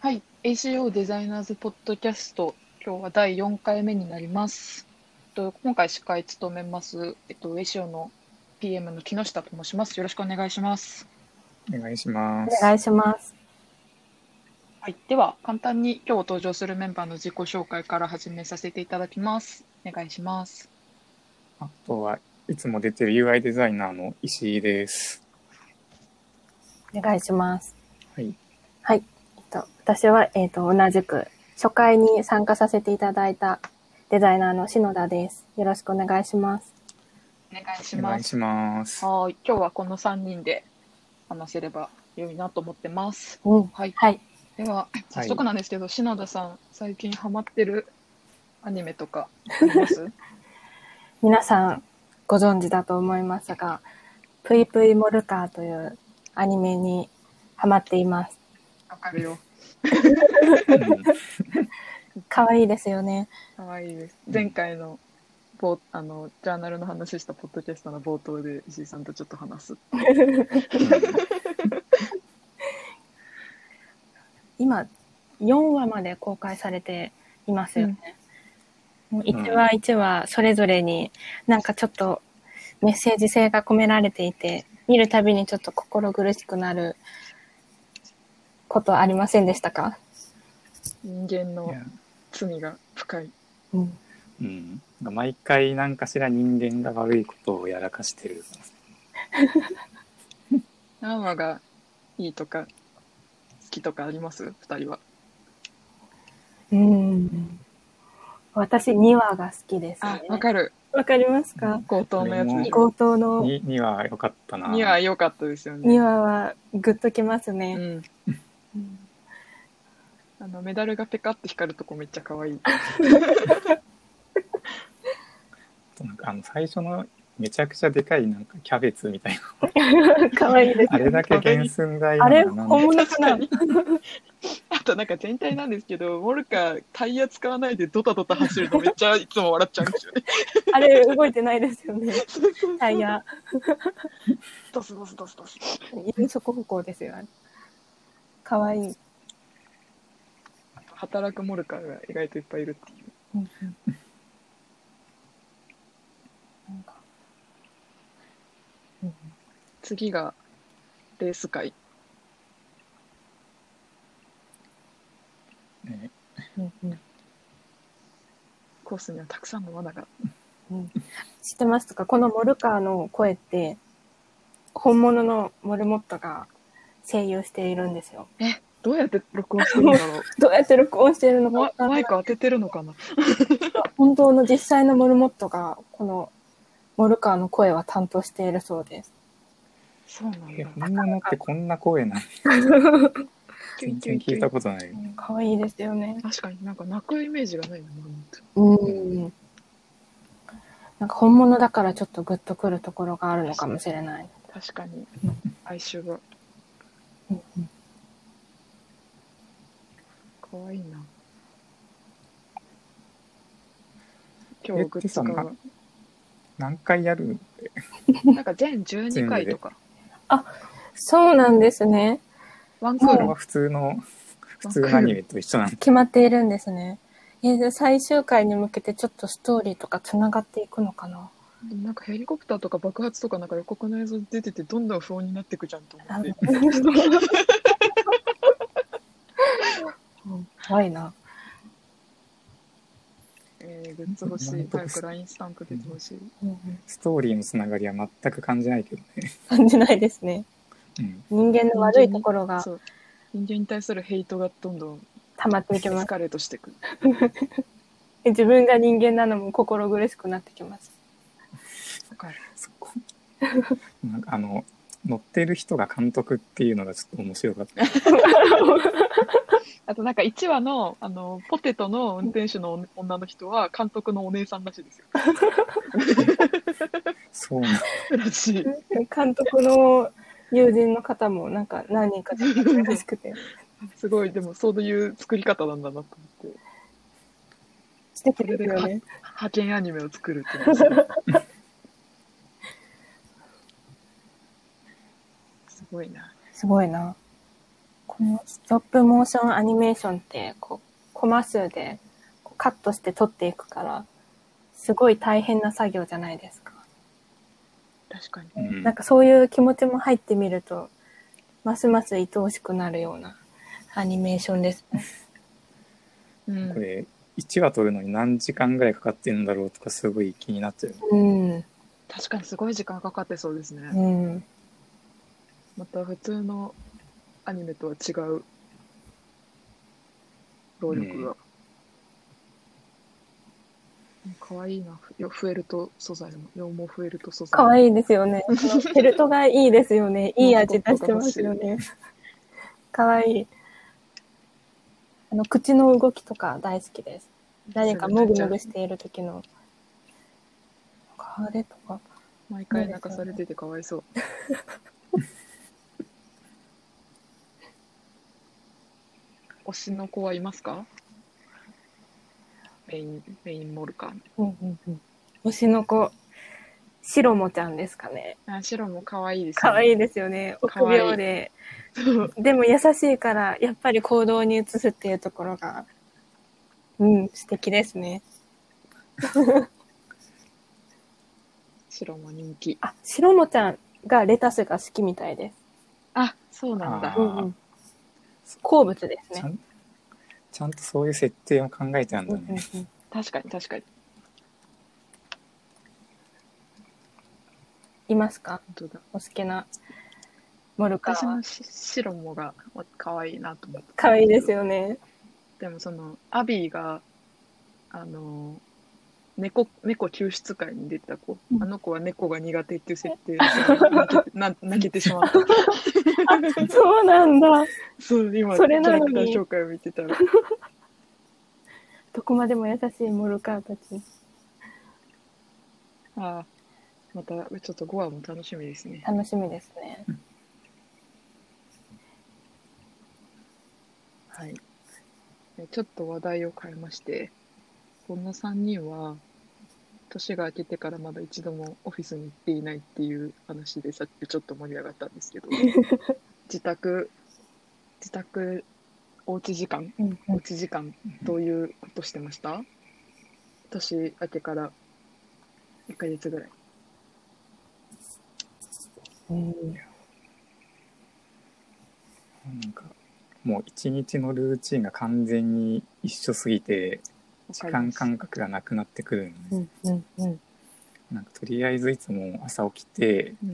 はい、ACO デザイナーズポッドキャスト、今日は第4回目になります。えっと今回司会務めます、えっと ACO の PM の木下と申します。よろしくお願いします。お願いしまおす。願いします。はい、では簡単に今日登場するメンバーの自己紹介から始めさせていただきます。お願いします。あとはいつも出てる UI デザイナーの石井です。お願いします。はい。えっと私は、えっ、と、同じく初回に参加させていただいたデザイナーの篠田です。よろしくお願いします。お願いしおま願いす。します。ははい、今日はこの3人で話せれば良いなと思ってます。うん。はい、はい。では早速なんですけど、篠田さん最近ハマってるアニメとかあります皆さんご存知だと思いますが、ぷいぷいモルカーというアニメにハマっています。わかるよ可愛いですよね。かわいいですうん前回の冒あのジャーナルの話したポッドキャストの冒頭で石井さんとちょっと話す今、4話まで公開されていますよね。もう1話1話それぞれになんかちょっとメッセージ性が込められていて、見るたびにちょっと心苦しくなることありませんでしたか、人間いのや罪が深いうん、うん、毎回何かしら人間が悪いことをやらかしてる。何話がいいとか好きとかあります二人はうん。私2話が好きです、あね。わかるわかりますか強盗のやつでしょ強盗のにには良かったな。には良かったですよ2ね話はグッときますうね。んあのメダルがペカって光るとこめっちゃ可愛いなんかあの最初のめちゃくちゃでかいなんかキャベツみたい な。可愛いです。あれだけ原寸大あなれのが本なんで確物かかなに。あとなんか全体なんですけど、モルカータイヤ使わないでドタドタ走るのめっちゃいつも笑っちゃうんですよね。あれ動いてないですよ ね。タイヤ。ドスドスドスドス。四足歩行ですよ。あれ可愛い。働くモルカーが意外といっぱいいるっていう。なんか次がレース会。ねコースにはたくさんの罠が。知ってますかこのモルカーの声って本物のモルモットが声優しているんですよ。どうやって録音してるんだ ろう。どうやって録音しているのかわマかんなマいイク当ててるのかな。本当の実際のモルモットがこのモルカーの声は担当しているそうです。そうなんえだ。本物ってこんな声なんてキュ全ンキュ然ンキ聞いュたン。ことない。可愛いですよね。確かになんか泣くイメージがないな。うん。なんか本物だからちょっとグッとくるところがあるのかもしれない。確かに。哀愁が可愛いな。今日グッズ買うわ何回やるなんか全12回とか。そうなんですね。ワンクこーれルは普通の普通のアニメと一緒なん決まっているんですね。えー、じゃあ最終回に向けてちょっとストーリーとかつながっていくのかななんかヘリコプターとか爆発とかなんか予告の映像出ててどんどん不穏になってくじゃんと思あって。うん怖いな。えー、グッズ欲しないん。とか早く LINE スタンプ出てほしい。うんストーリーのつながりは全く感じないけどね。感じないですね。うん、人間の悪いところがそう。人間に対するヘイトがどんどん溜まってエいきますス。カレートしていく。自分が人間なのも心苦しくなって きます。わかる。そこ。なんかあの乗ってる人が監督っていうのがちょっと面白かった。あとなんか1話のあのポテトの運転手の女女の人は監督のお姉さんらしいですよ。そうなんらしい。監督の友人の方もなんか何人か嬉しくて。すごい、でもそういう作り方なんだなと思って。素敵ですよね。派遣アニメを作るっていうのはすごいすごいな。すごいな。このストップモーションアニメーションってこうコマ数でこうカットして撮っていくからすごい大変な作業じゃないですか。確かに。うんなんかそういう気持ちも入ってみるとますます愛おしくなるようなアニメーションですね。うんこ。れ1話撮るのに何時間ぐらいかかってんだろうとかすごい気になっちゃううん。確かにすごい時間かかってそうですね。うん。また普通のアニメとは違う労力が。可愛いな。よフェルト素材も、羊毛フェルト素材可い愛いですよ ね。このフェルトがいいですよね。いい味出してますよね。 可愛いあの、口の動きとか大好きです。誰かもぐもぐしている時の。あれとか。毎回泣かされててかわい そう。推しの子はいますかメイン、メインモルカン。うんうんうん。推しの子。シロモちゃんですかね。あ、白も可愛いですね。可愛い。いですよね。可臆愛い病で。でも優しいから、やっぱり行動に移すっていうところが、うん、素敵ですね。白も人気。あ、シロモちゃんがレタスが好きみたいです。あ、そうなんだあうー。んうん、好物ですちねゃ。んちゃんとそういう設定も考えてあるんうだんうんね、うん確かに確かに。いますか本当だ。お好きなモルカ私はも。し白もがわ可愛いなと思って。可愛いです。よ ね。でもその、アビーが、あの、猫、猫救出会に出た子。うんあの子は猫が苦手っていう設定で泣けてな泣けてしま った。そうなんだ。そう、今、それなのキにャラクター紹介を見てたら。どこまでも優しいモルカーたち。ああ、また、ちょっと5話も楽しみですね。楽しみですね。はい。えちょっと話題を変えまして、この3人は、年が明けてからまだ一度もオフィスに行っていないっていう話でさっきちょっと盛り上がったんですけど、自宅、自宅、おうち時間、うんうおんうち時間、どういうことしてました年明けから1ヶ月ぐらい。なんかもう一日のルーチンが完全に一緒すぎてわ時かりま間す感覚がなくなってくるのね、うんうんうんなんかとりあえずいつも朝起きてう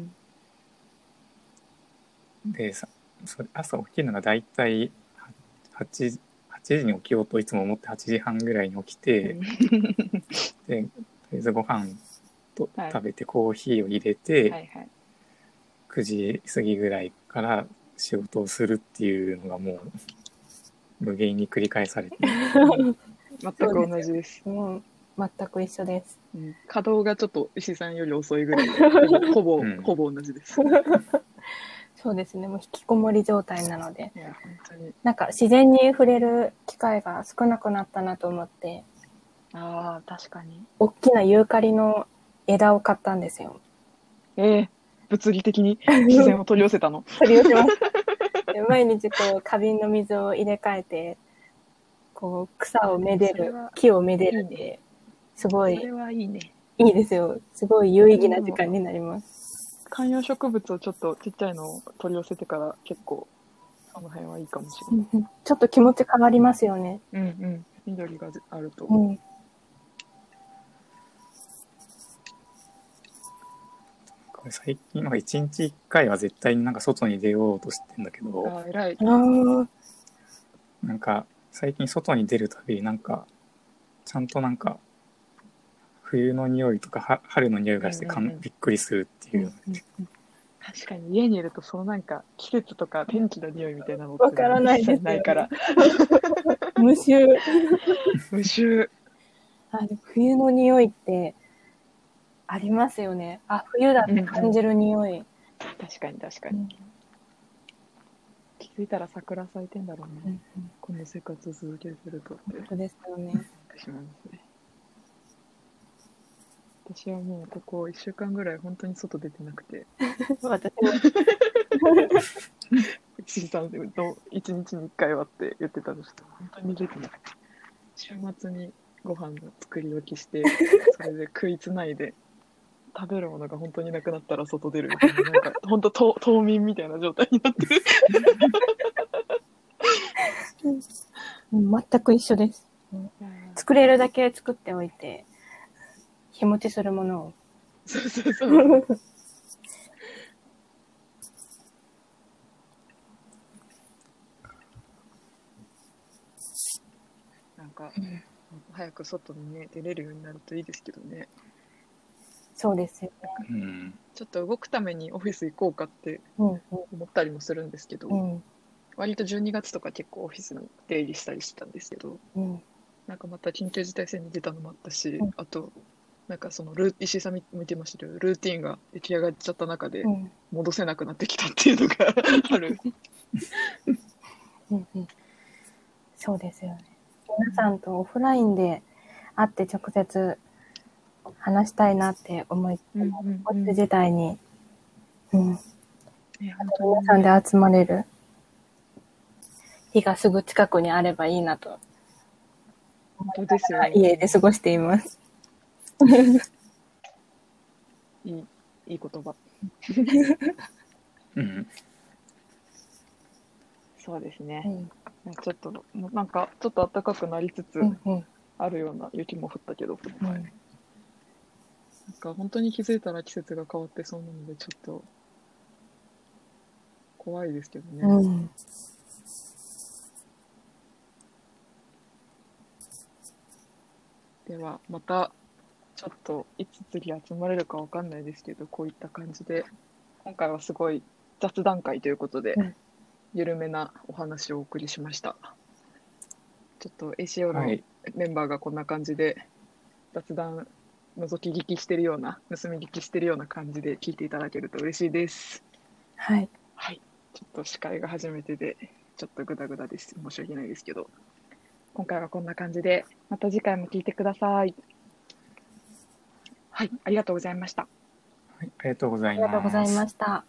ん。でさそれ朝起きるのがだいたい 8, 8時に起きようといつも思って8時半ぐらいに起きて、でとりあえずご飯とはい食べてコーヒーを入れて、はいはい。 9時過ぎぐらいから仕事をするっていうのがもう無限に繰り返 されて全く同じです。もう全く一緒です。うん稼働がちょっと石井さんより遅いぐらい で、ほぼ、うんほぼ同じです。そうですね。もう引きこもり状態なので、いや、本当に。なんか自然に触れる機会が少なくなったなと思って、ああ、確かに。大きなユーカリの枝を買ったんです よ。ええ物理的に自然を取り寄せたの。取り寄せま した。で毎日こう花瓶の水を入れ替えて、こう草をめでそれるは、木をめでるで、すごそいれはいいね。いいですよ。すごい有意義な時間になります。観葉植物をちょっとちっちゃいのを取り寄せてから結構、その辺はいいかもしれない。ちょっと気持ち変わりますよね。うんうん。緑があると。うん。これ最近は1日1回は絶対になんか外に出ようとしてんだけどああ、偉い。あのなんか最近外に出るたびになんかちゃんとなんか冬の匂いとかは春の匂いがしてかん、うんうんうんびっくりするっていう、確かに家にいると、そのなんか季節とか天気の匂いみたいなのってわからないですよ一切ないから。無臭。無臭。あでも冬の匂いってありますよね。あ、冬だって感じる匂い。確かに確かうに。ん気づいたら桜咲いてんだろううね。んうんこの生活を続けてるとって本当ですよ ね。しまいますね。私はもうここ1週間ぐらい本当に外出てなくて、私も。岸さんと1日に1回はって言ってたんですけど、本当に出てなくて、週末にご飯の作り置きして、それで食いつないで、食べるものが本当になくなったら外出るみたいな、なんか本当と、冬眠みたいな状態になってる。うん全く一緒です。作れるだけ作っておいて、日持ちするものを。そうそうそう。なんか、早く外にね、出れるようになるといいですけどね。そうですよね。うん。ちょっと動くためにオフィス行こうかってうん思ったりもするんですけど、うん割と12月とか結構オフィスに出入りしたりしてたんですけど、うんなんかまた緊急事態宣言出たのもあったし、うんあと、なんかそのルー、石井さん見見てましたけど、ルーティンが出来上がっちゃった中でう、ん戻せなくなってきたっていうの がある。うんうんそうですよね。皆さんとオフラインで会って直接話したいなって思い、うんうんオうフんィス自体に、うん、ね皆本当さにんで集まれる日がすぐ近くにあればいいなと、本当ですよ、ね。家で過ごしています。いい、いい言葉。うん。そうですうね。んなんかちょっと、もうなんか、ちょっと暖かくなりつつ、うんうんあるような雪も降ったけど、うなんんか本当に気づいたら季節が変わってそうなので、ちょっと、怖いですけどね。うんではまたちょっといつ次集まれるかわかんないですけどこういった感じで今回はすごい雑談会ということで、うん緩めなお話をお送りしましたちょっと ACO はのい。メンバーがこんな感じで雑談覗き聞きしてるような盗み聞きしてるような感じで聞いていただけると嬉しいですはい。はいちょっと司会が初めてでちょっとグダグダです申し訳ないですけど今回はこんな感じでまた次回も聞いてくださいはいありがとうございましたはいありがとうござあいりがとうござまいす。ました。